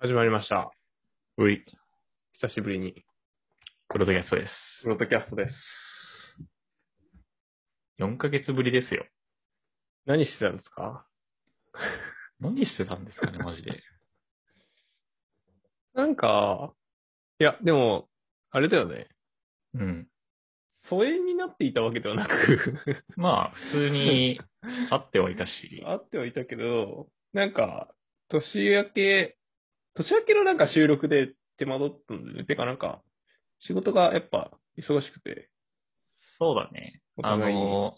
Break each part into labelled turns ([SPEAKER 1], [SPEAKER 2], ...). [SPEAKER 1] 始まりました。
[SPEAKER 2] うい、
[SPEAKER 1] 久しぶりに。
[SPEAKER 2] プロトキャストです。
[SPEAKER 1] プロトキャストです。
[SPEAKER 2] 4ヶ月ぶりですよ。
[SPEAKER 1] 何してたんですか
[SPEAKER 2] 何してたんですかね、マジで。
[SPEAKER 1] なんか、いや、でも、あれだよね。
[SPEAKER 2] うん。
[SPEAKER 1] 疎遠になっていたわけではなく、
[SPEAKER 2] まあ、普通に会ってはいたし、
[SPEAKER 1] 会ってはいたけど、なんか、年明け、年明けのなんか収録で手間取ったんだよね。てかなんか、仕事がやっぱ忙しくて、
[SPEAKER 2] そうだね。
[SPEAKER 1] お
[SPEAKER 2] あ
[SPEAKER 1] 互いに。
[SPEAKER 2] の、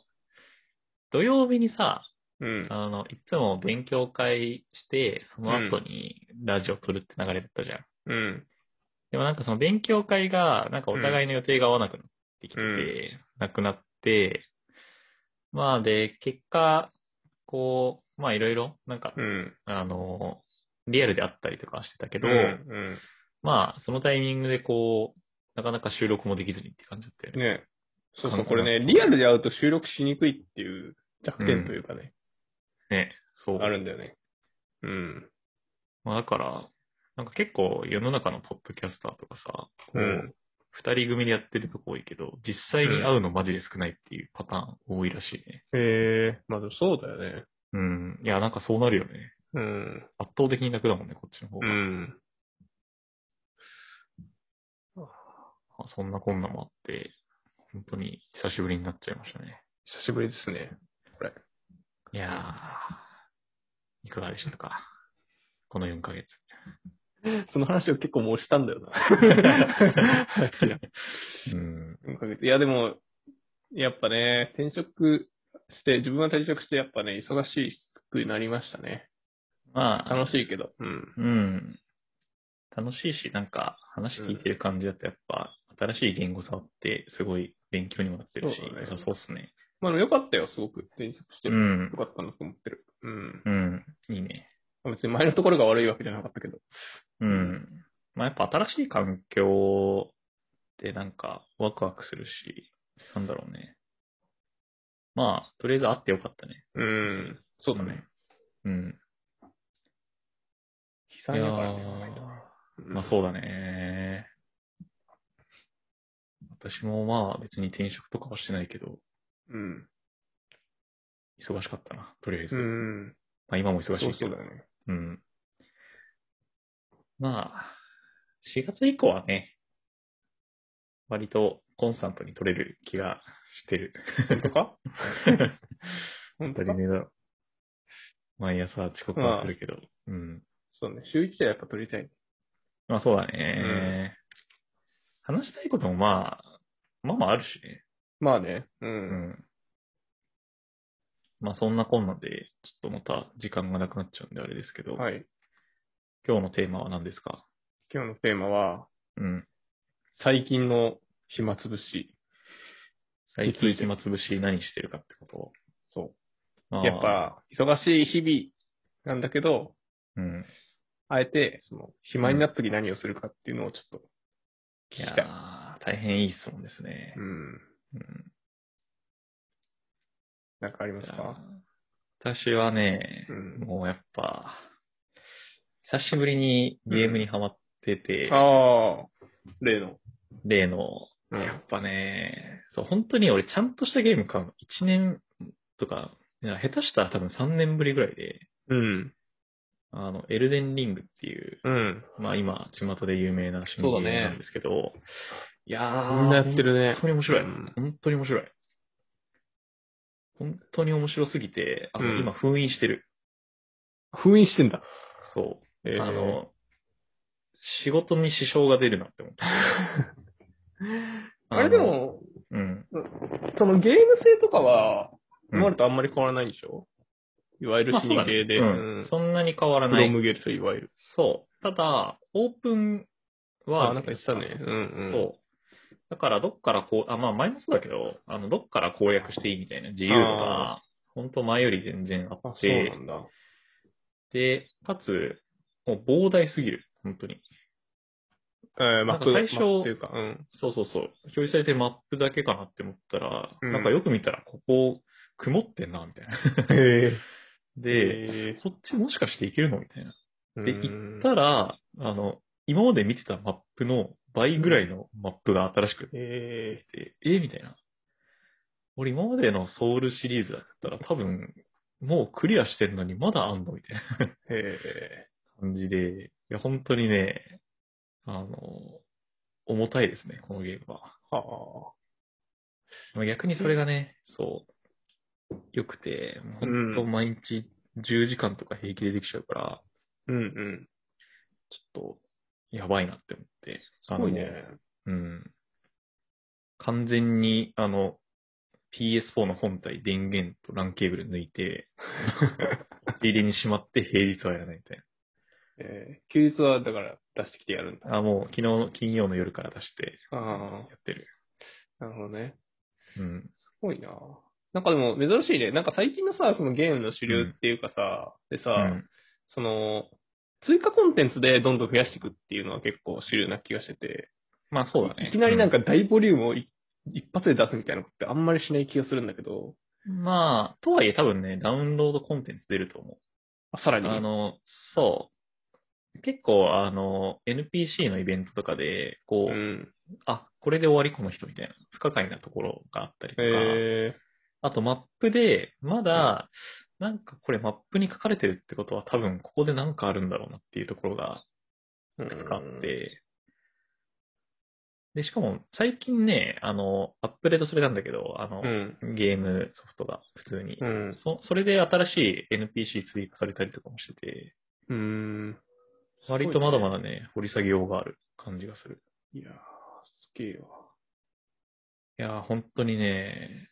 [SPEAKER 2] 土曜日にさ、
[SPEAKER 1] うん。
[SPEAKER 2] あの、いつも勉強会して、その後にラジオ撮るって流れだったじゃん。
[SPEAKER 1] うん。
[SPEAKER 2] でもなんかその勉強会が、なんかお互いの予定が合わなくなってきて、
[SPEAKER 1] うん
[SPEAKER 2] なくなって、まあで、結果、こう、まあいろいろ、なんか、
[SPEAKER 1] うん。
[SPEAKER 2] あの、リアルであったりとかはしてたけど、
[SPEAKER 1] うんう
[SPEAKER 2] まあ、そのタイミングでこう、なかなか収録もできずにって感じだったよ
[SPEAKER 1] ん。
[SPEAKER 2] ね。
[SPEAKER 1] ねそうそ
[SPEAKER 2] な
[SPEAKER 1] う、
[SPEAKER 2] んか
[SPEAKER 1] これね、リアルで会うと収録しにくいっていう弱点というかね。
[SPEAKER 2] ね。そう。
[SPEAKER 1] あるんだよね。うん。
[SPEAKER 2] まあ、だから、なんか結構世の中のポッドキャスターとかさ、こ
[SPEAKER 1] う、
[SPEAKER 2] うん二、人組でやってるとこ多いけど、実際に会うのマジで少ないっていうパターン多いらしいね。
[SPEAKER 1] へえ、まあでもそうだよね。
[SPEAKER 2] うん。いや、なんかそうなるよね。
[SPEAKER 1] うん。
[SPEAKER 2] 圧倒的に楽だもんね、こっちの方
[SPEAKER 1] う
[SPEAKER 2] が。
[SPEAKER 1] ん。
[SPEAKER 2] あそんなこんなもあって、本当に久しぶりになっちゃいましたね。
[SPEAKER 1] 久しぶりですね。
[SPEAKER 2] いやー、いかがでしたかこの4ヶ月。
[SPEAKER 1] その話を結構もうしたんだよな。
[SPEAKER 2] うん。
[SPEAKER 1] 4ヶ月いや、でも、やっぱね、転職して、自分が転職して、やっぱね、忙しくなりましたね。
[SPEAKER 2] まあ、
[SPEAKER 1] 楽しいけど。うん。
[SPEAKER 2] うん。楽しいし、なんか話聞いてる感じだとやっぱ、新しい言語触って、すごい勉強にもなってるし、
[SPEAKER 1] そうだね
[SPEAKER 2] 良さそうっすね。
[SPEAKER 1] まあでも良かったよ、すごく。転職して。
[SPEAKER 2] う
[SPEAKER 1] よ
[SPEAKER 2] ん。
[SPEAKER 1] かったなと思ってる。うん。
[SPEAKER 2] うん。いいね。
[SPEAKER 1] 別に前のところが悪いわけじゃなかったけど。
[SPEAKER 2] うん。まあやっぱ新しい環境ってなんかワクワクするし、なんだろうね。まあ、とりあえず会ってよかったね。
[SPEAKER 1] うん。そうだね。
[SPEAKER 2] うん。
[SPEAKER 1] 悲惨だからね
[SPEAKER 2] いやー
[SPEAKER 1] 割とね。うん
[SPEAKER 2] まあそうだね。私もまあ別に転職とかはしてないけど、
[SPEAKER 1] うん。
[SPEAKER 2] 忙しかったな、とりあえず。
[SPEAKER 1] うん。
[SPEAKER 2] まあ今も忙しいけど。
[SPEAKER 1] そうそうだよね。
[SPEAKER 2] うん。まあ、4月以降はね、割とコンスタントに取れる気がしてる。
[SPEAKER 1] 本当か本
[SPEAKER 2] 当
[SPEAKER 1] 当
[SPEAKER 2] た
[SPEAKER 1] か
[SPEAKER 2] りねえだろ。毎朝遅刻はするけど。うん。
[SPEAKER 1] そうね。週一ではやっぱ撮りたい。
[SPEAKER 2] まあそうだね、話したいこともまあ、まあまああるしね。
[SPEAKER 1] まあね。う。
[SPEAKER 2] うんん。まあそんなこんなで、ちょっとまた時間がなくなっちゃうんであれですけど、
[SPEAKER 1] はい。
[SPEAKER 2] 今日のテーマは何ですか
[SPEAKER 1] 今日のテーマは、
[SPEAKER 2] うん。
[SPEAKER 1] 最近の暇つぶし。
[SPEAKER 2] 最近暇つぶし何してるかってこと
[SPEAKER 1] そ
[SPEAKER 2] ま
[SPEAKER 1] う。やっ、ぱ、忙しい日々なんだけど、
[SPEAKER 2] うん。
[SPEAKER 1] あえて、その、暇になった時何をするかっていうのをちょっと聞
[SPEAKER 2] い
[SPEAKER 1] き
[SPEAKER 2] や
[SPEAKER 1] たい。
[SPEAKER 2] ー大変いい質問ですね
[SPEAKER 1] う。ん。
[SPEAKER 2] うん。
[SPEAKER 1] なんかありますか
[SPEAKER 2] 私はね
[SPEAKER 1] う、ん。
[SPEAKER 2] もうやっぱ、久しぶりにゲームにハマってて、
[SPEAKER 1] ああ、例の。
[SPEAKER 2] 例の、
[SPEAKER 1] うん
[SPEAKER 2] やっぱね、そう、本当に俺ちゃんとしたゲーム買うの1年とか、いや下手したら多分3年ぶりぐらいで、
[SPEAKER 1] うん。
[SPEAKER 2] あの、エルデンリングっていう、
[SPEAKER 1] うん。
[SPEAKER 2] まあ今、巷で有名な新ゲームなんですけど、いやー、
[SPEAKER 1] みんなやってるね
[SPEAKER 2] 本当に面白い。
[SPEAKER 1] うん
[SPEAKER 2] 本当に面白い。本当に面白すぎて、あの、
[SPEAKER 1] うん
[SPEAKER 2] 今封印してる。
[SPEAKER 1] 封印してんだ。
[SPEAKER 2] そう。
[SPEAKER 1] えー
[SPEAKER 2] あ、の、仕事に支障が出るなって思った。
[SPEAKER 1] あれでも、
[SPEAKER 2] の、うん。
[SPEAKER 1] そのゲーム性とかは、
[SPEAKER 2] うん
[SPEAKER 1] 今までとあんまり変わらないんでしょ、いわゆる
[SPEAKER 2] まあ
[SPEAKER 1] 死に系で、
[SPEAKER 2] そうだね
[SPEAKER 1] う
[SPEAKER 2] うんん。そんなに変わら
[SPEAKER 1] フ
[SPEAKER 2] な
[SPEAKER 1] ロ
[SPEAKER 2] い。
[SPEAKER 1] ムゲルといわゆる。
[SPEAKER 2] そう。ただ、オープンは、
[SPEAKER 1] あ、なんか言ってたね。うんうん。
[SPEAKER 2] そう。だから、どっからこう、あ、まあ、前もそうだけど、あの、どっから攻略していいみたいな自由度が、本当前より全然あ
[SPEAKER 1] あ、
[SPEAKER 2] っ
[SPEAKER 1] そう
[SPEAKER 2] て
[SPEAKER 1] な、んだ。
[SPEAKER 2] で、かつ、もう膨大すぎる。本当に。
[SPEAKER 1] えー、マップ、
[SPEAKER 2] なんか
[SPEAKER 1] マ
[SPEAKER 2] 最初
[SPEAKER 1] ップっていうか、うん。
[SPEAKER 2] そうそうそう。表示されてるマップだけかなって思ったら、
[SPEAKER 1] うん
[SPEAKER 2] なんかよく見たら、ここ、 曇ってんな、みたいな。
[SPEAKER 1] へ
[SPEAKER 2] で、こっちもしかしていけるのみたいな。で、
[SPEAKER 1] う
[SPEAKER 2] 行
[SPEAKER 1] ん
[SPEAKER 2] ったら、あの、今まで見てたマップの倍ぐらいのマップが新しく
[SPEAKER 1] え
[SPEAKER 2] 出て、えみたいな。俺今までのソウルシリーズだったら多分、もうクリアしてるのにまだあんのみたいな
[SPEAKER 1] ー、え
[SPEAKER 2] 感じで、いや、本当にね、あの、重たいですね、このゲームは。
[SPEAKER 1] ー、はあ。
[SPEAKER 2] まあ逆にそれがね、そう、良くて、本当毎日10時間とか平気でできちゃうから、
[SPEAKER 1] うんうん。
[SPEAKER 2] ちょっと、やばいなって思って。
[SPEAKER 1] すごいね。
[SPEAKER 2] うん。完全に、あの、PS4 の本体、電源と LAN ケーブル抜 いて、入れにしまって平日はやらないみたい
[SPEAKER 1] えー、休日はだから出してきてやるんだ。
[SPEAKER 2] な。あ、もう昨日の金曜の夜から出して、
[SPEAKER 1] あ
[SPEAKER 2] やってる。
[SPEAKER 1] あ、なるほどね。
[SPEAKER 2] うん。
[SPEAKER 1] すごいな。なんかでも珍しいね。なんか最近のさ、そのゲームの主流っていうかさ、でさ、
[SPEAKER 2] うん
[SPEAKER 1] その、追加コンテンツでどんどん増やしていくっていうのは結構主流な気がしてて、
[SPEAKER 2] まあそうだね。
[SPEAKER 1] いきなりなんか大ボリュームをい一発で出すみたいなことってあんまりしない気がするんだけど、
[SPEAKER 2] うんまあ、とはいえ多分ね、ダウンロードコンテンツ出ると思う。
[SPEAKER 1] あさらに。
[SPEAKER 2] あの、そう。結構、あの、NPC のイベントとかで、こ
[SPEAKER 1] う
[SPEAKER 2] う、
[SPEAKER 1] ん。
[SPEAKER 2] あ、これで終わりこの人みたいな、不可解なところがあったりとか、
[SPEAKER 1] え
[SPEAKER 2] あとマップで、まだ、なんかこれマップに書かれてるってことは多分ここでなんかあるんだろうなっていうところが
[SPEAKER 1] ー、
[SPEAKER 2] いくつかあって、で、しかも最近ね、あの、アップデートされたんだけど、あの
[SPEAKER 1] う、ん。
[SPEAKER 2] ゲームソフトが普通に
[SPEAKER 1] う。ん。
[SPEAKER 2] そそれで新しい NPC 追加されたりとかもしてて、
[SPEAKER 1] うん。
[SPEAKER 2] 割とまだまだね、掘り下げようがある感じがする。
[SPEAKER 1] いやー、すげえわ。
[SPEAKER 2] いやー、本当にね、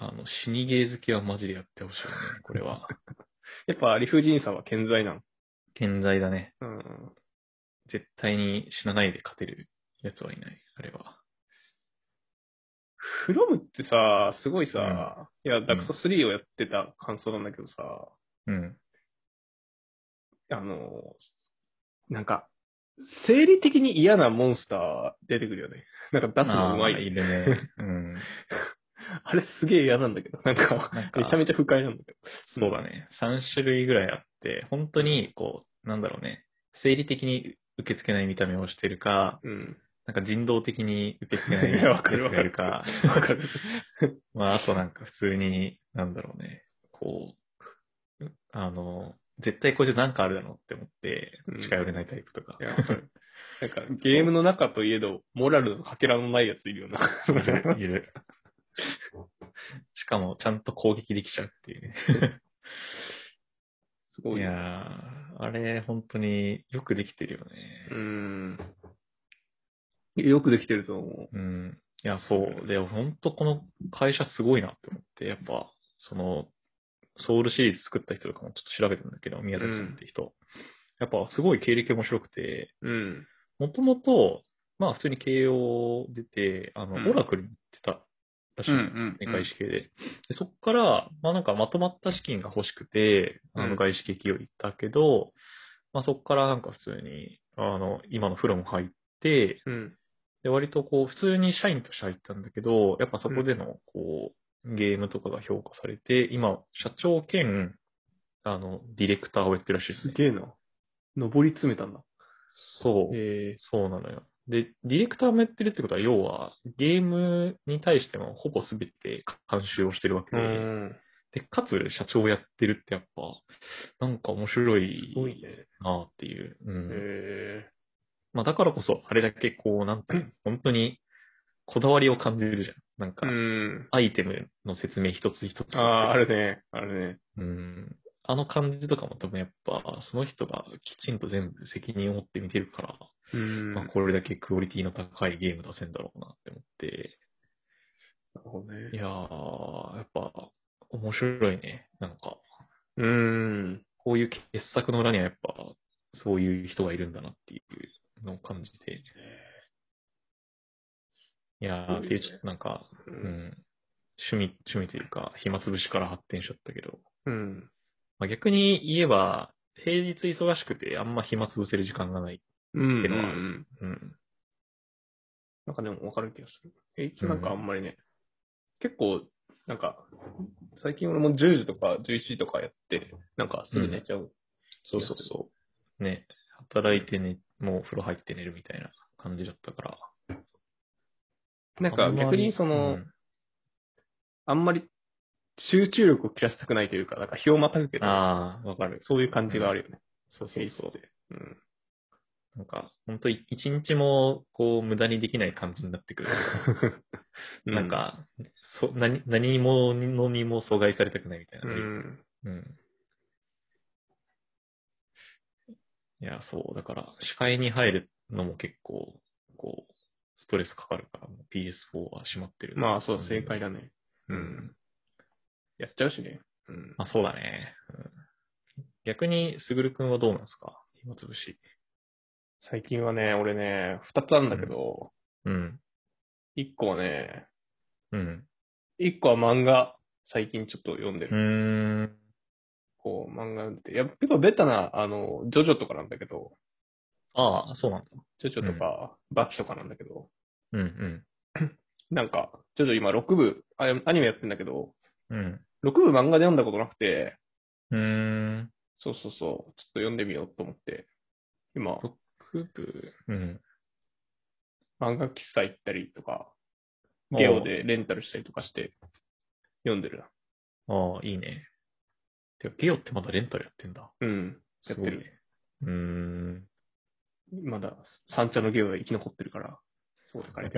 [SPEAKER 2] あの、死にゲー好きはマジでやってほしいね、これ は。
[SPEAKER 1] やっぱ理不尽さは健在なん。
[SPEAKER 2] 健在だね。
[SPEAKER 1] うん。
[SPEAKER 2] 絶対に死なないで勝てるやつはいない、あれは。
[SPEAKER 1] フロムってさ、すごいさ、いや、ダクソ3をやってた感想なんだけどさ、
[SPEAKER 2] うん。
[SPEAKER 1] あの、なんか、生理的に嫌なモンスター出てくるよね。なんか出すのうまい
[SPEAKER 2] あー
[SPEAKER 1] ね。
[SPEAKER 2] いるね。 うん。
[SPEAKER 1] あれすげえ嫌なんだけど、なんか、
[SPEAKER 2] なんか
[SPEAKER 1] めちゃめちゃ不快なんだけど。
[SPEAKER 2] そうだね。3種類ぐらいあって、本当に、こう、なんだろうね。生理的に受け付けない見た目をしてるか、
[SPEAKER 1] うん。
[SPEAKER 2] なんか人道的に受け付けない
[SPEAKER 1] い やわかるわかる
[SPEAKER 2] 受け付けられる
[SPEAKER 1] わかる。
[SPEAKER 2] まあ、あとなんか普通に、なんだろうね、こう、あの、絶対これでなんかあるだろうって思って
[SPEAKER 1] うん、
[SPEAKER 2] 近寄れないタイプとか
[SPEAKER 1] い。やわかるなんか、ゲームの中といえど、モラルのかけらのないやついるよな。
[SPEAKER 2] い る、いる。しかも、ちゃんと攻撃できちゃうっていうね。
[SPEAKER 1] すごい。
[SPEAKER 2] いやー、あれ、本当によくできてるよ
[SPEAKER 1] う
[SPEAKER 2] ね。
[SPEAKER 1] ん。よくできてると思
[SPEAKER 2] うん。いや、そう。で、本当この会社すごいなって思って、やっぱ、その、ソウルシリーズ作った人とかもちょっと調べたんだけど、宮崎さんって人。やっぱ、すごい経歴面白くて、
[SPEAKER 1] う。うん。
[SPEAKER 2] もともと、まあ普通に慶応出て、あの、
[SPEAKER 1] うん
[SPEAKER 2] オラクルに行ってたらしい。
[SPEAKER 1] ん
[SPEAKER 2] ね外資系で。で、そこから、まあなんかまとまった資金が欲しくて、あ
[SPEAKER 1] うん
[SPEAKER 2] の外資系企業行ったけど、まあそこからなんか普通に、あの、今のフロも入って、
[SPEAKER 1] うん。
[SPEAKER 2] で、割とこう、普通に社員として入ったんだけど、やっぱそこでの、こう、ゲームとかが評価されて、今、社長兼、あの、ディレクターをやってるらしいです
[SPEAKER 1] す
[SPEAKER 2] ね。
[SPEAKER 1] げえな。登り詰めたんだ。
[SPEAKER 2] そう。
[SPEAKER 1] え
[SPEAKER 2] そうなのよ。で、ディレクターもやってるってことは、要は、ゲームに対してもほぼ全て監修をしてるわけ
[SPEAKER 1] え
[SPEAKER 2] で、で、かつ社長をやってるってやっぱ、なんか面白
[SPEAKER 1] すごい
[SPEAKER 2] い
[SPEAKER 1] ね。
[SPEAKER 2] なっていう。うん
[SPEAKER 1] ええ
[SPEAKER 2] まあ、だからこそ、あれだけこう、なんていうの、本当にこだわりを感じるじゃん。なんか、
[SPEAKER 1] うん。
[SPEAKER 2] アイテムの説明一つ一つ。
[SPEAKER 1] ああ、あるね。あるね。
[SPEAKER 2] うん。あの感じとかも多分やっぱ、その人がきちんと全部責任を持って見てるから、
[SPEAKER 1] うん。
[SPEAKER 2] ま
[SPEAKER 1] な
[SPEAKER 2] あ、
[SPEAKER 1] る
[SPEAKER 2] これだけクオリティの高いゲーム出せんだろうなって思って、
[SPEAKER 1] ほど
[SPEAKER 2] い
[SPEAKER 1] ね。
[SPEAKER 2] やー、やっぱ、面白いね。なんか、
[SPEAKER 1] うん。
[SPEAKER 2] こういう傑作の裏にはやっぱ、そういう人がいるんだなっていうのを感じて。いや
[SPEAKER 1] すご
[SPEAKER 2] ー、
[SPEAKER 1] いね
[SPEAKER 2] っていうちょっとなんか、
[SPEAKER 1] う。
[SPEAKER 2] うんん、趣味、趣味というか、暇つぶしから発展しちゃったけど、
[SPEAKER 1] うん。
[SPEAKER 2] まあ、逆に言えば、平日忙しくてあんま暇つぶせる時間がない。
[SPEAKER 1] うん。
[SPEAKER 2] ってのは
[SPEAKER 1] うん
[SPEAKER 2] うん。
[SPEAKER 1] なんかでもわかる気がする。えいつなんかあんまりね、結構、なんか、最近俺も10時とか11時とかやって、なんかすぐ寝ちゃう。
[SPEAKER 2] そうそうそね、働いてね、もう風呂入って寝るみたいな感じだったから。
[SPEAKER 1] なんか
[SPEAKER 2] あんま
[SPEAKER 1] 逆
[SPEAKER 2] り
[SPEAKER 1] にその、
[SPEAKER 2] うん
[SPEAKER 1] あんまり集中力を切らしたくないというか、なんか日をまたぐけど、
[SPEAKER 2] ああ、わかる。
[SPEAKER 1] そういう感じがあるよね。
[SPEAKER 2] そうそ
[SPEAKER 1] 平
[SPEAKER 2] う
[SPEAKER 1] 日
[SPEAKER 2] そう
[SPEAKER 1] って。うん。
[SPEAKER 2] なんか、本当一日も、こう、無駄にできない感じになってくる。
[SPEAKER 1] う
[SPEAKER 2] なん、か、そ何、何ものにも阻害されたくないみたいうな。
[SPEAKER 1] ん。
[SPEAKER 2] うんいや、そう、だから、視界に入るのも結構、こう、ストレスかかるから、もう PS4 は閉まってる。
[SPEAKER 1] まあそう、正解だね。
[SPEAKER 2] う
[SPEAKER 1] うん
[SPEAKER 2] ん。
[SPEAKER 1] やっちゃうしね。うん。
[SPEAKER 2] まあそうだね。うん逆に、すぐるくんはどうなんですか暇つぶし。
[SPEAKER 1] 最近はね、俺ね、二つあるんだけど、
[SPEAKER 2] うん。
[SPEAKER 1] 一個はね、
[SPEAKER 2] うん。
[SPEAKER 1] 一個は漫画、最近ちょっと読んで
[SPEAKER 2] うー
[SPEAKER 1] る。
[SPEAKER 2] ん。
[SPEAKER 1] こう、漫画読んでて。いや、結構ベタな、あの、ジョジョとかなんだけど、
[SPEAKER 2] ああ、そうなんだ。
[SPEAKER 1] ジョジョとか、バキとかなんだけど、
[SPEAKER 2] うん、
[SPEAKER 1] なんか、ジョジョ今6部、あアニメやってんだけど、
[SPEAKER 2] うん。うん。
[SPEAKER 1] 6部漫画で読んだことなくて、
[SPEAKER 2] うーん。
[SPEAKER 1] そうそうそう、ちょっと読んでみようと思って、今、6部、
[SPEAKER 2] うん。
[SPEAKER 1] 漫画喫茶行ったりとか、ゲオでレンタルしたりとかして、読んでるな。
[SPEAKER 2] ああ、いいね。てか、ゲオってまだレンタルやってんだ。
[SPEAKER 1] うん。やってる。
[SPEAKER 2] すごいね。うーん。
[SPEAKER 1] まだ、三茶のゲオで生き残ってるから、そうだから。
[SPEAKER 2] い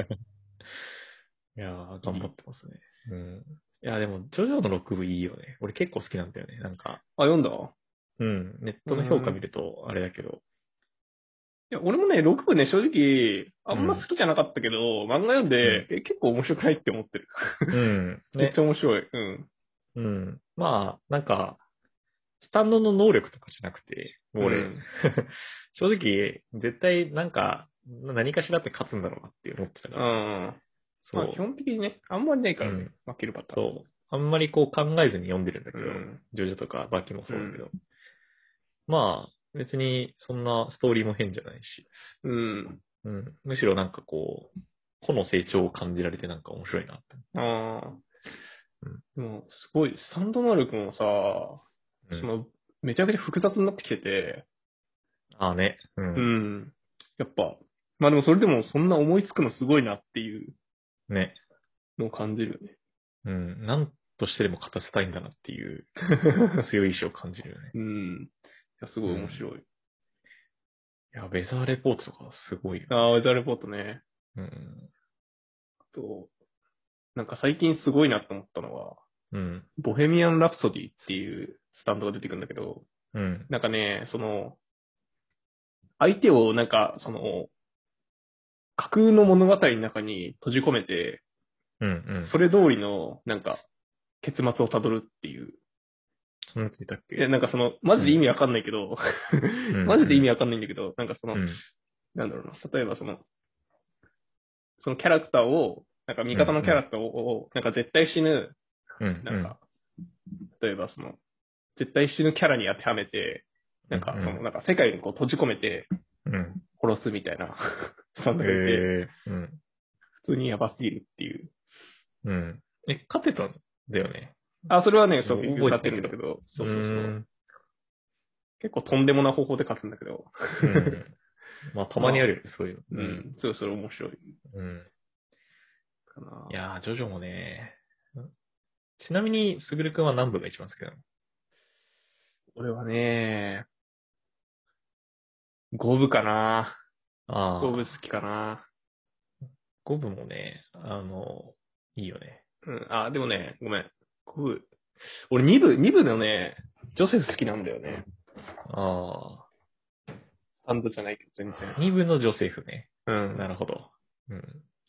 [SPEAKER 2] やー、頑張ってますね。うん。いや、でも、ジョジョの6部いいよね。俺結構好きなんだよね。なんか、
[SPEAKER 1] あ、読んだい
[SPEAKER 2] うん。ネットの評価見ると、あれだけど。
[SPEAKER 1] や、俺もね、6部ね、正直、あんま好きじゃなかったけど、漫画読んで、え結構面白くないって思ってる。
[SPEAKER 2] うん。
[SPEAKER 1] めっ
[SPEAKER 2] ね
[SPEAKER 1] ち。ゃ面白い。うん。
[SPEAKER 2] うん。まあ、なんか、スタンドの能力とかじゃなくて、もう俺、
[SPEAKER 1] う ん
[SPEAKER 2] 正直、絶対なんか、何かしらって勝つんだろうなって思ってた
[SPEAKER 1] う
[SPEAKER 2] から。
[SPEAKER 1] ん。
[SPEAKER 2] そ
[SPEAKER 1] まあ、
[SPEAKER 2] う
[SPEAKER 1] 基。本的にね、あんまりないから
[SPEAKER 2] う
[SPEAKER 1] ね
[SPEAKER 2] ん、
[SPEAKER 1] 負けるパターン。
[SPEAKER 2] そう。あんまりこう考えずに読んでるんだけど、
[SPEAKER 1] うん
[SPEAKER 2] ジョジョとかバキもそうだけど。まあ、別にそんなストーリーも変じゃないし、
[SPEAKER 1] うん。
[SPEAKER 2] うん、むしろなんかこう、個の成長を感じられてなんか面白いなって。
[SPEAKER 1] ああ
[SPEAKER 2] う
[SPEAKER 1] で
[SPEAKER 2] ん。
[SPEAKER 1] も、すごい、スタンド能力もさ、その、めちゃくちゃ複雑になってきてて、
[SPEAKER 2] ああね、う。
[SPEAKER 1] うんん。やっぱ、まあでもそれでもそんな思いつくのすごいなっていう
[SPEAKER 2] ね。
[SPEAKER 1] のを感じるよね。
[SPEAKER 2] うん。なんとしてでも勝たせたいんだなっ ていう、強い意志を感じるよね。
[SPEAKER 1] うん。いや、すごい面白い。
[SPEAKER 2] いや、ウェザーレポートとかすごいよ。
[SPEAKER 1] ああ、ウェザーレポートね。
[SPEAKER 2] うん。
[SPEAKER 1] あと、なんか最近すごいなと思ったのは、
[SPEAKER 2] うん。
[SPEAKER 1] ボヘミアン・ラプソディっていうスタンドが出てくるんだけど、
[SPEAKER 2] うん。
[SPEAKER 1] なんかね、その、相手をなんか、その、架空の物語の中に閉じ込めて、
[SPEAKER 2] うん。うん。
[SPEAKER 1] それ通りの、なんか、結末をたどるっていう。
[SPEAKER 2] そんなついたっけ
[SPEAKER 1] いや、なんかその、マジで意味わかんないけど、
[SPEAKER 2] ん
[SPEAKER 1] マジで意味わかんないんだけど、なんかその、
[SPEAKER 2] うん。
[SPEAKER 1] なんだろうな、例えばその、そのキャラクターを、なんか味方のキャラクターを、なんか絶対死ぬ、
[SPEAKER 2] うん。
[SPEAKER 1] なんか、例えばその、絶対死ぬキャラに当てはめて、なんか
[SPEAKER 2] うん
[SPEAKER 1] その、なんか世界にこう閉じ込めて
[SPEAKER 2] うん。
[SPEAKER 1] 殺すみたいな スタン
[SPEAKER 2] うん。
[SPEAKER 1] ドがいて、
[SPEAKER 2] へえ。うん。
[SPEAKER 1] 普通にやばすぎるっていう。
[SPEAKER 2] うん。え、勝てたんだよね。
[SPEAKER 1] あ、それはね、そう、
[SPEAKER 2] うん
[SPEAKER 1] 結局勝ってるんだけど、そうそうそう。
[SPEAKER 2] ん
[SPEAKER 1] 結構とんでもない方法で勝つんだけど、
[SPEAKER 2] うん。まあ、たまにあるよね、そういう
[SPEAKER 1] う
[SPEAKER 2] の。
[SPEAKER 1] ん、そうそれ面白い
[SPEAKER 2] うん。
[SPEAKER 1] かな。
[SPEAKER 2] いやー、ジョジョもね。ちなみに、すぐるくんは何部が一番好きなの
[SPEAKER 1] 俺はね、五部かな。
[SPEAKER 2] あ
[SPEAKER 1] 五部好きかな。
[SPEAKER 2] 5部もね、あの、いいよね。
[SPEAKER 1] うん、あ、でもね、ごめん。五部。俺二部、二部のね、ジョセフ好きなんだよね。
[SPEAKER 2] あ
[SPEAKER 1] スタンドじゃないけど、全
[SPEAKER 2] あ。
[SPEAKER 1] 然。
[SPEAKER 2] 2部のジョセフね。
[SPEAKER 1] うん
[SPEAKER 2] なるほど。うん。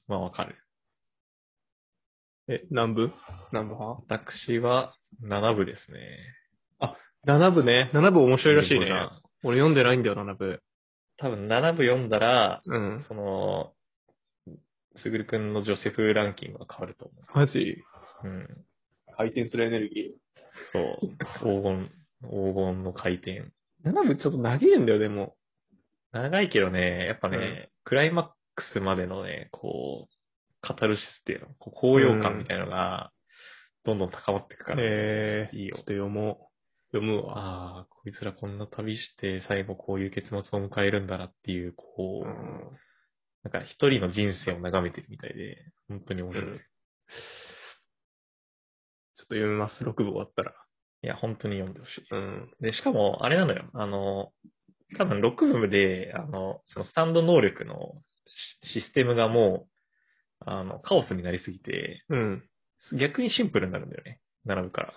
[SPEAKER 2] まあ、わかる。
[SPEAKER 1] え、何部何部派
[SPEAKER 2] 私は7部ですね。
[SPEAKER 1] ?7 部ね。7部面白いらしいね
[SPEAKER 2] 15。弾
[SPEAKER 1] 俺読んでないんだよ、7部。
[SPEAKER 2] 多分7部読んだら、
[SPEAKER 1] うん。
[SPEAKER 2] その、すぐるくんのジョセフランキングが変わると思
[SPEAKER 1] マジ
[SPEAKER 2] う。うん。
[SPEAKER 1] 回転するエネルギ
[SPEAKER 2] そう。黄金、黄金の回転。
[SPEAKER 1] ー。7部ちょっと長いんだよ、でも。
[SPEAKER 2] 長いけどね、やっぱね、
[SPEAKER 1] うん
[SPEAKER 2] クライマックスまでのね、こう、カタルシスっていうの、こう高揚感みたいなのが、どんどん高まっていくから、
[SPEAKER 1] えー、
[SPEAKER 2] いいよ
[SPEAKER 1] ちょっと読も読むわ。
[SPEAKER 2] ああ、こいつらこんな旅して、最後こういう結末を迎えるんだなっていう、こう、
[SPEAKER 1] うん
[SPEAKER 2] なんか一人の人生を眺めてるみたいで、本当に面白い。
[SPEAKER 1] うんちょっと読みます、6部終わったら。
[SPEAKER 2] いや、本当に読んでほしい。
[SPEAKER 1] うん。
[SPEAKER 2] で、しかも、あれなのよ。あの、多分6部で、あの、そのスタンド能力のシシステムがもう、あの、カオスになりすぎて、
[SPEAKER 1] うん。
[SPEAKER 2] 逆にシンプルになるんだよね。並ぶから。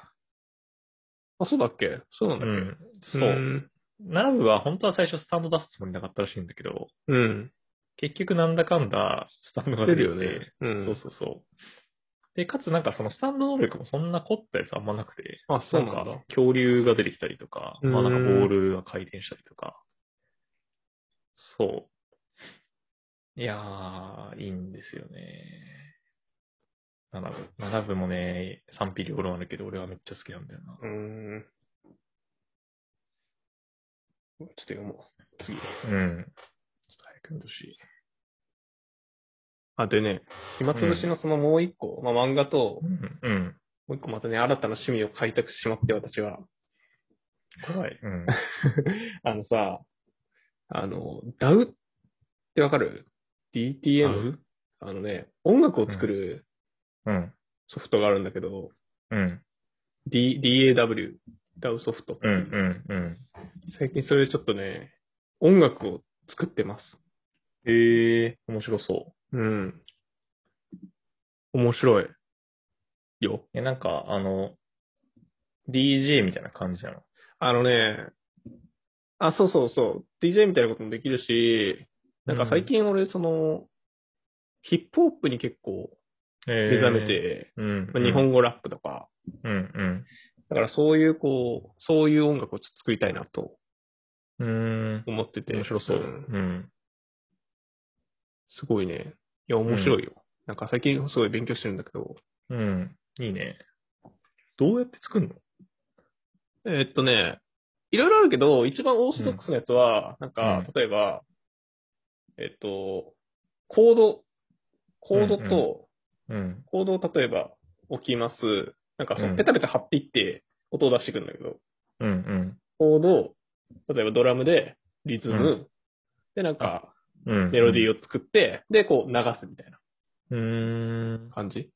[SPEAKER 1] あ、そうだっけそうなん
[SPEAKER 2] う
[SPEAKER 1] だっけ、
[SPEAKER 2] ん。そう。並ぶは本当は最初スタンド出すつもりなかったらしいんだけど、
[SPEAKER 1] うん。うん。
[SPEAKER 2] 結局なんだかんだスタンドが
[SPEAKER 1] 出
[SPEAKER 2] 出
[SPEAKER 1] る
[SPEAKER 2] て
[SPEAKER 1] よ
[SPEAKER 2] き
[SPEAKER 1] ね
[SPEAKER 2] て、。
[SPEAKER 1] うん。
[SPEAKER 2] そうそうそう。で、かつなんかそのスタンド能力もそんな凝ったやつあんまなくて、
[SPEAKER 1] あ、そうな
[SPEAKER 2] な
[SPEAKER 1] んん
[SPEAKER 2] か
[SPEAKER 1] だ。
[SPEAKER 2] 恐竜が出てきたりとか、まあなんか
[SPEAKER 1] うん
[SPEAKER 2] ボールが回転したりとか。そう。いやー、いいんですよね。七部。七部もね、賛否両論あるけど、俺はめっちゃ好きなんだよな。
[SPEAKER 1] うん。ちょっと読もう。次。
[SPEAKER 2] うん。ちょっと早く読んでほしい。
[SPEAKER 1] あ、でね、暇つぶしのそのもう一個、まあ漫画と、
[SPEAKER 2] うん。うん。
[SPEAKER 1] もう一個またね、新たな趣味を開拓してしまって、私は。
[SPEAKER 2] 怖い。うん。
[SPEAKER 1] あのさ、あの、DAW ってわかる ?DTM? あのね、音楽を作る
[SPEAKER 2] うん。
[SPEAKER 1] ソフトがあるんだけど、
[SPEAKER 2] うん。
[SPEAKER 1] D、DAW、DAW ソフト。
[SPEAKER 2] うん。うん。うん。
[SPEAKER 1] 最近それちょっとね、音楽を作ってます。
[SPEAKER 2] ええー、面白そう。
[SPEAKER 1] うん。面白い。よ。
[SPEAKER 2] え、なんか、あの、DJ みたいな感じなの。
[SPEAKER 1] あのね、あ、そうそうそう。DJ みたいなこともできるし、なんか最近俺、その、ヒップホップに結構目
[SPEAKER 2] 目
[SPEAKER 1] 覚め、て、
[SPEAKER 2] うん。
[SPEAKER 1] まあ日本語ラップとか、
[SPEAKER 2] うん、
[SPEAKER 1] だからそういうこう、そういう音楽をちょっと作りたいなと
[SPEAKER 2] うん。うん。
[SPEAKER 1] 思ってて。
[SPEAKER 2] 面白そう。うんん。
[SPEAKER 1] すごいね。いや、面白いよ。なんか最近すごい勉強してるんだけど、
[SPEAKER 2] うん。いいね。どうやって作るの
[SPEAKER 1] えーっとね、いろいろあるけど、一番オーソドックスなやつは、なんか、
[SPEAKER 2] うん
[SPEAKER 1] 例えば、えっと、コード、コードと、
[SPEAKER 2] うんううん。
[SPEAKER 1] コードを例えば置きます。なんかそうの、
[SPEAKER 2] ん
[SPEAKER 1] ペタペタ張っていって音を出してくるんだけど、
[SPEAKER 2] うん、うん。
[SPEAKER 1] コード、例えばドラムで、リズム、
[SPEAKER 2] うん
[SPEAKER 1] で、なんか、
[SPEAKER 2] うん。
[SPEAKER 1] メロディ
[SPEAKER 2] を。
[SPEAKER 1] ーを作って、で、こう流すみたいな
[SPEAKER 2] うーん。
[SPEAKER 1] 感じ。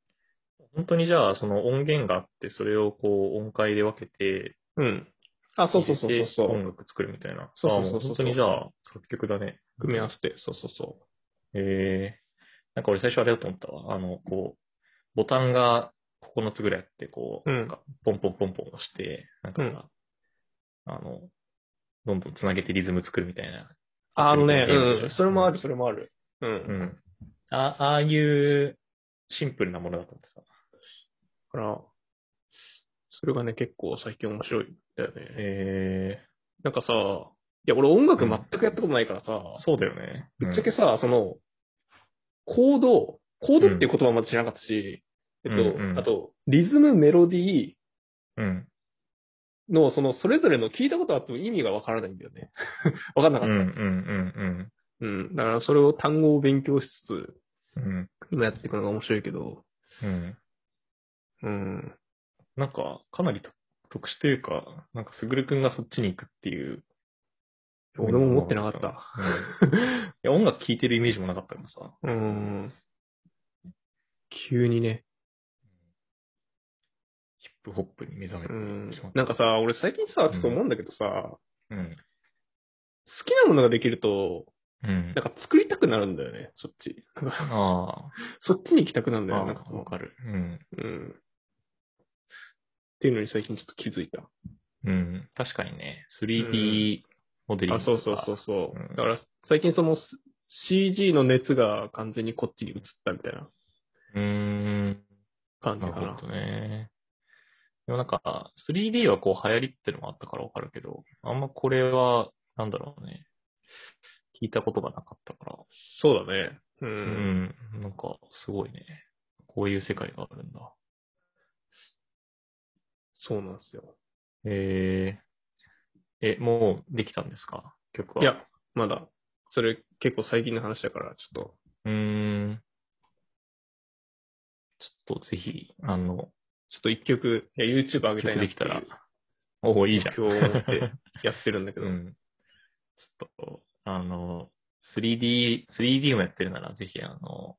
[SPEAKER 2] 本当にじゃあ、その音源があって、それをこう、音階で分けて、
[SPEAKER 1] うん。あ、そうそうそうそうそ
[SPEAKER 2] 入れて音
[SPEAKER 1] う。
[SPEAKER 2] 楽作るみたいな。
[SPEAKER 1] そうそう
[SPEAKER 2] あも
[SPEAKER 1] そうそう
[SPEAKER 2] 本当にじゃあ、作曲だね。
[SPEAKER 1] 組み合わせて、そうそうそ
[SPEAKER 2] ええなんか俺最初あれだと思ったわ。あの、こう、ボタンが9つぐらいあって、こう、
[SPEAKER 1] うん
[SPEAKER 2] なんか、ポンポンポンポン押して、なんかさ、あの、どんどん繋げてリズム作るみたいな。
[SPEAKER 1] う。あのね、う
[SPEAKER 2] うん
[SPEAKER 1] ん、それもある、それもある。うん
[SPEAKER 2] うん。あああいうシンプルなものだと思ってさ。
[SPEAKER 1] から、それがね、結構最近面白いんだよね。
[SPEAKER 2] ええ
[SPEAKER 1] なんかさ、いや、俺音楽全くやったことないからさ、
[SPEAKER 2] そうだよね。
[SPEAKER 1] ぶっちゃけ
[SPEAKER 2] うん
[SPEAKER 1] さ、その、コード、コードっていう言葉まで知らなかったし、
[SPEAKER 2] うん
[SPEAKER 1] えっと、
[SPEAKER 2] うんうん
[SPEAKER 1] あと、リズム、メロディ
[SPEAKER 2] うん。
[SPEAKER 1] ーの、その、それぞれの聞いたことあっても意味がわからないんだよね。 わかんな
[SPEAKER 2] う
[SPEAKER 1] か
[SPEAKER 2] ん
[SPEAKER 1] っ
[SPEAKER 2] う
[SPEAKER 1] た。
[SPEAKER 2] んうん
[SPEAKER 1] うん。だから、それを単語を勉強しつつ、
[SPEAKER 2] うん。うん。
[SPEAKER 1] 今やっていくのが面白いけど、
[SPEAKER 2] うん。
[SPEAKER 1] うん。
[SPEAKER 2] なんか、かなりと特殊というか、なんか、すぐるくんがそっちに行くっていう。
[SPEAKER 1] 俺も思ってなかった。
[SPEAKER 2] うん。いや、音楽聴いてるイメージもなかったからさ。
[SPEAKER 1] うん。急にね、
[SPEAKER 2] ヒップホップに目覚め
[SPEAKER 1] う
[SPEAKER 2] て
[SPEAKER 1] ん
[SPEAKER 2] しまっ。た。
[SPEAKER 1] なんかさ、俺最近さ、ちょっと思うんだけどさ、好
[SPEAKER 2] うん。
[SPEAKER 1] きなものができると、
[SPEAKER 2] うん
[SPEAKER 1] な。んか作りたくなるんだよね、そっち。 なんか
[SPEAKER 2] あ
[SPEAKER 1] そっちに行きたくなるん
[SPEAKER 2] あ、
[SPEAKER 1] だよ、なん
[SPEAKER 2] あ
[SPEAKER 1] か
[SPEAKER 2] あ、
[SPEAKER 1] その
[SPEAKER 2] わかる。うん。
[SPEAKER 1] うん。っていうのに最近ちょっと気づいた。
[SPEAKER 2] うん。確かにね、
[SPEAKER 1] う
[SPEAKER 2] 3D モデリン
[SPEAKER 1] あ、
[SPEAKER 2] グ
[SPEAKER 1] そ
[SPEAKER 2] と
[SPEAKER 1] うそう
[SPEAKER 2] か
[SPEAKER 1] そうそうう。だ
[SPEAKER 2] ん
[SPEAKER 1] から最近その CG の熱が完全にこっちに移ったみたいな
[SPEAKER 2] うーん。
[SPEAKER 1] 感じ
[SPEAKER 2] な
[SPEAKER 1] か
[SPEAKER 2] る
[SPEAKER 1] な
[SPEAKER 2] ほ。どね。でもなんか、3D はこう流行りってのもあったからわかるけど、あんまこれは、なんだろうね。聞いたことがなかったから。
[SPEAKER 1] そうだね。う。
[SPEAKER 2] うんん。なんか、すごいね。こういう世界があるんだ。
[SPEAKER 1] そうなんですよ。
[SPEAKER 2] えー、え、もうできたんですか曲は。
[SPEAKER 1] いや、まだ、それ結構最近の話だから、ちょっと。
[SPEAKER 2] うーん。ちょっとぜひ、あの、
[SPEAKER 1] ちょっと一曲、いや YouTube 上げたいな
[SPEAKER 2] 曲
[SPEAKER 1] っ
[SPEAKER 2] で
[SPEAKER 1] てい
[SPEAKER 2] き
[SPEAKER 1] う
[SPEAKER 2] たら、おお、いいじゃん。
[SPEAKER 1] 目標を持ってやってるんだけど。
[SPEAKER 2] うん。ちょっと、あの、3D、3D もやってるなら、ぜひ、あの、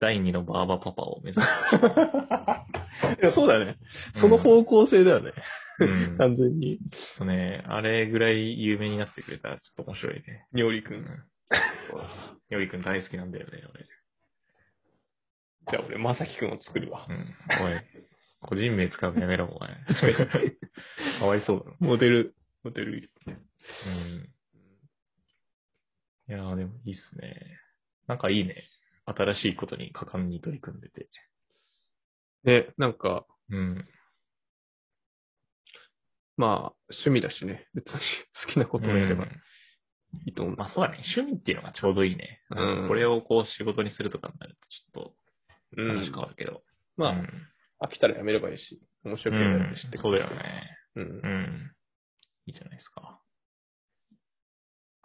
[SPEAKER 2] 第2のバーバパパを目指 す。
[SPEAKER 1] いや、そうだね。その方向性だよね。
[SPEAKER 2] うん、ちょっ
[SPEAKER 1] 完全に。
[SPEAKER 2] とね、あれぐらい有名になってくれたら、ちょっと面白いね。
[SPEAKER 1] にょりく
[SPEAKER 2] うん
[SPEAKER 1] ん。。
[SPEAKER 2] よりくん大好きなんだよね、
[SPEAKER 1] じゃあ俺、まさきくんを作るわ。
[SPEAKER 2] 俺。うん。おい、個人名使うのやめろ、 お前。かわいそうだろ。
[SPEAKER 1] モデル、モデル。
[SPEAKER 2] うん。いやー、でもいいっすね。なんかいいね。新しいことに果敢に取り組んでて。
[SPEAKER 1] ね、なんか、
[SPEAKER 2] うん。
[SPEAKER 1] まあ、趣味だしね。別に 好きなことをやれば
[SPEAKER 2] う
[SPEAKER 1] い
[SPEAKER 2] ん
[SPEAKER 1] いと思う。
[SPEAKER 2] まあそうだね。趣味っていうのがちょうどいいね。
[SPEAKER 1] うん
[SPEAKER 2] これをこう仕事にするとかになるとちょ
[SPEAKER 1] う
[SPEAKER 2] っと話変
[SPEAKER 1] ん。
[SPEAKER 2] わるけど。
[SPEAKER 1] ま
[SPEAKER 2] う
[SPEAKER 1] あ、
[SPEAKER 2] ん
[SPEAKER 1] 飽きたらやめればいいし、面白ければやって知って
[SPEAKER 2] そうだよ。ね。
[SPEAKER 1] うん
[SPEAKER 2] う。ん。いいじゃないですか。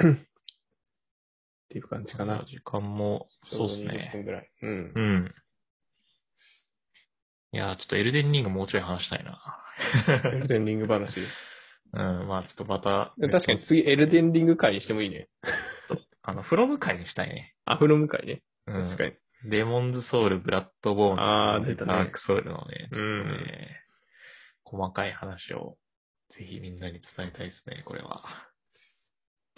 [SPEAKER 1] っていう感じかな。
[SPEAKER 2] 時間も、そうですね。
[SPEAKER 1] 20分ぐらい。うん
[SPEAKER 2] う。ん。いやー、ちょっとエルデンリングもうちょい話したいな。
[SPEAKER 1] エルデンリング話。
[SPEAKER 2] うん、まあちょっとまた、
[SPEAKER 1] 確かに次、エルデンリング会にしてもいいね。
[SPEAKER 2] あの、フロム会にしたいね。
[SPEAKER 1] アフロム会ね。
[SPEAKER 2] うん、
[SPEAKER 1] 確かに。
[SPEAKER 2] デモンズソウル、ブラッドボーン、
[SPEAKER 1] あー出たね
[SPEAKER 2] ダークソウルのね、ちょっとね、
[SPEAKER 1] うん細
[SPEAKER 2] 細かい話を、ぜひみんなに伝えたいですね、これは。
[SPEAKER 1] ち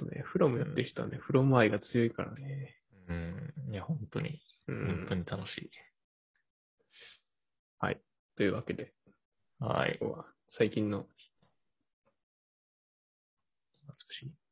[SPEAKER 1] ょっとね、フロムやってる人はね、フロム愛が強いからね。
[SPEAKER 2] うん、いや、本当に、
[SPEAKER 1] う
[SPEAKER 2] 本
[SPEAKER 1] ん
[SPEAKER 2] 当。に楽しい。
[SPEAKER 1] というわけで、
[SPEAKER 2] はい。
[SPEAKER 1] 今日は最近の
[SPEAKER 2] 美しい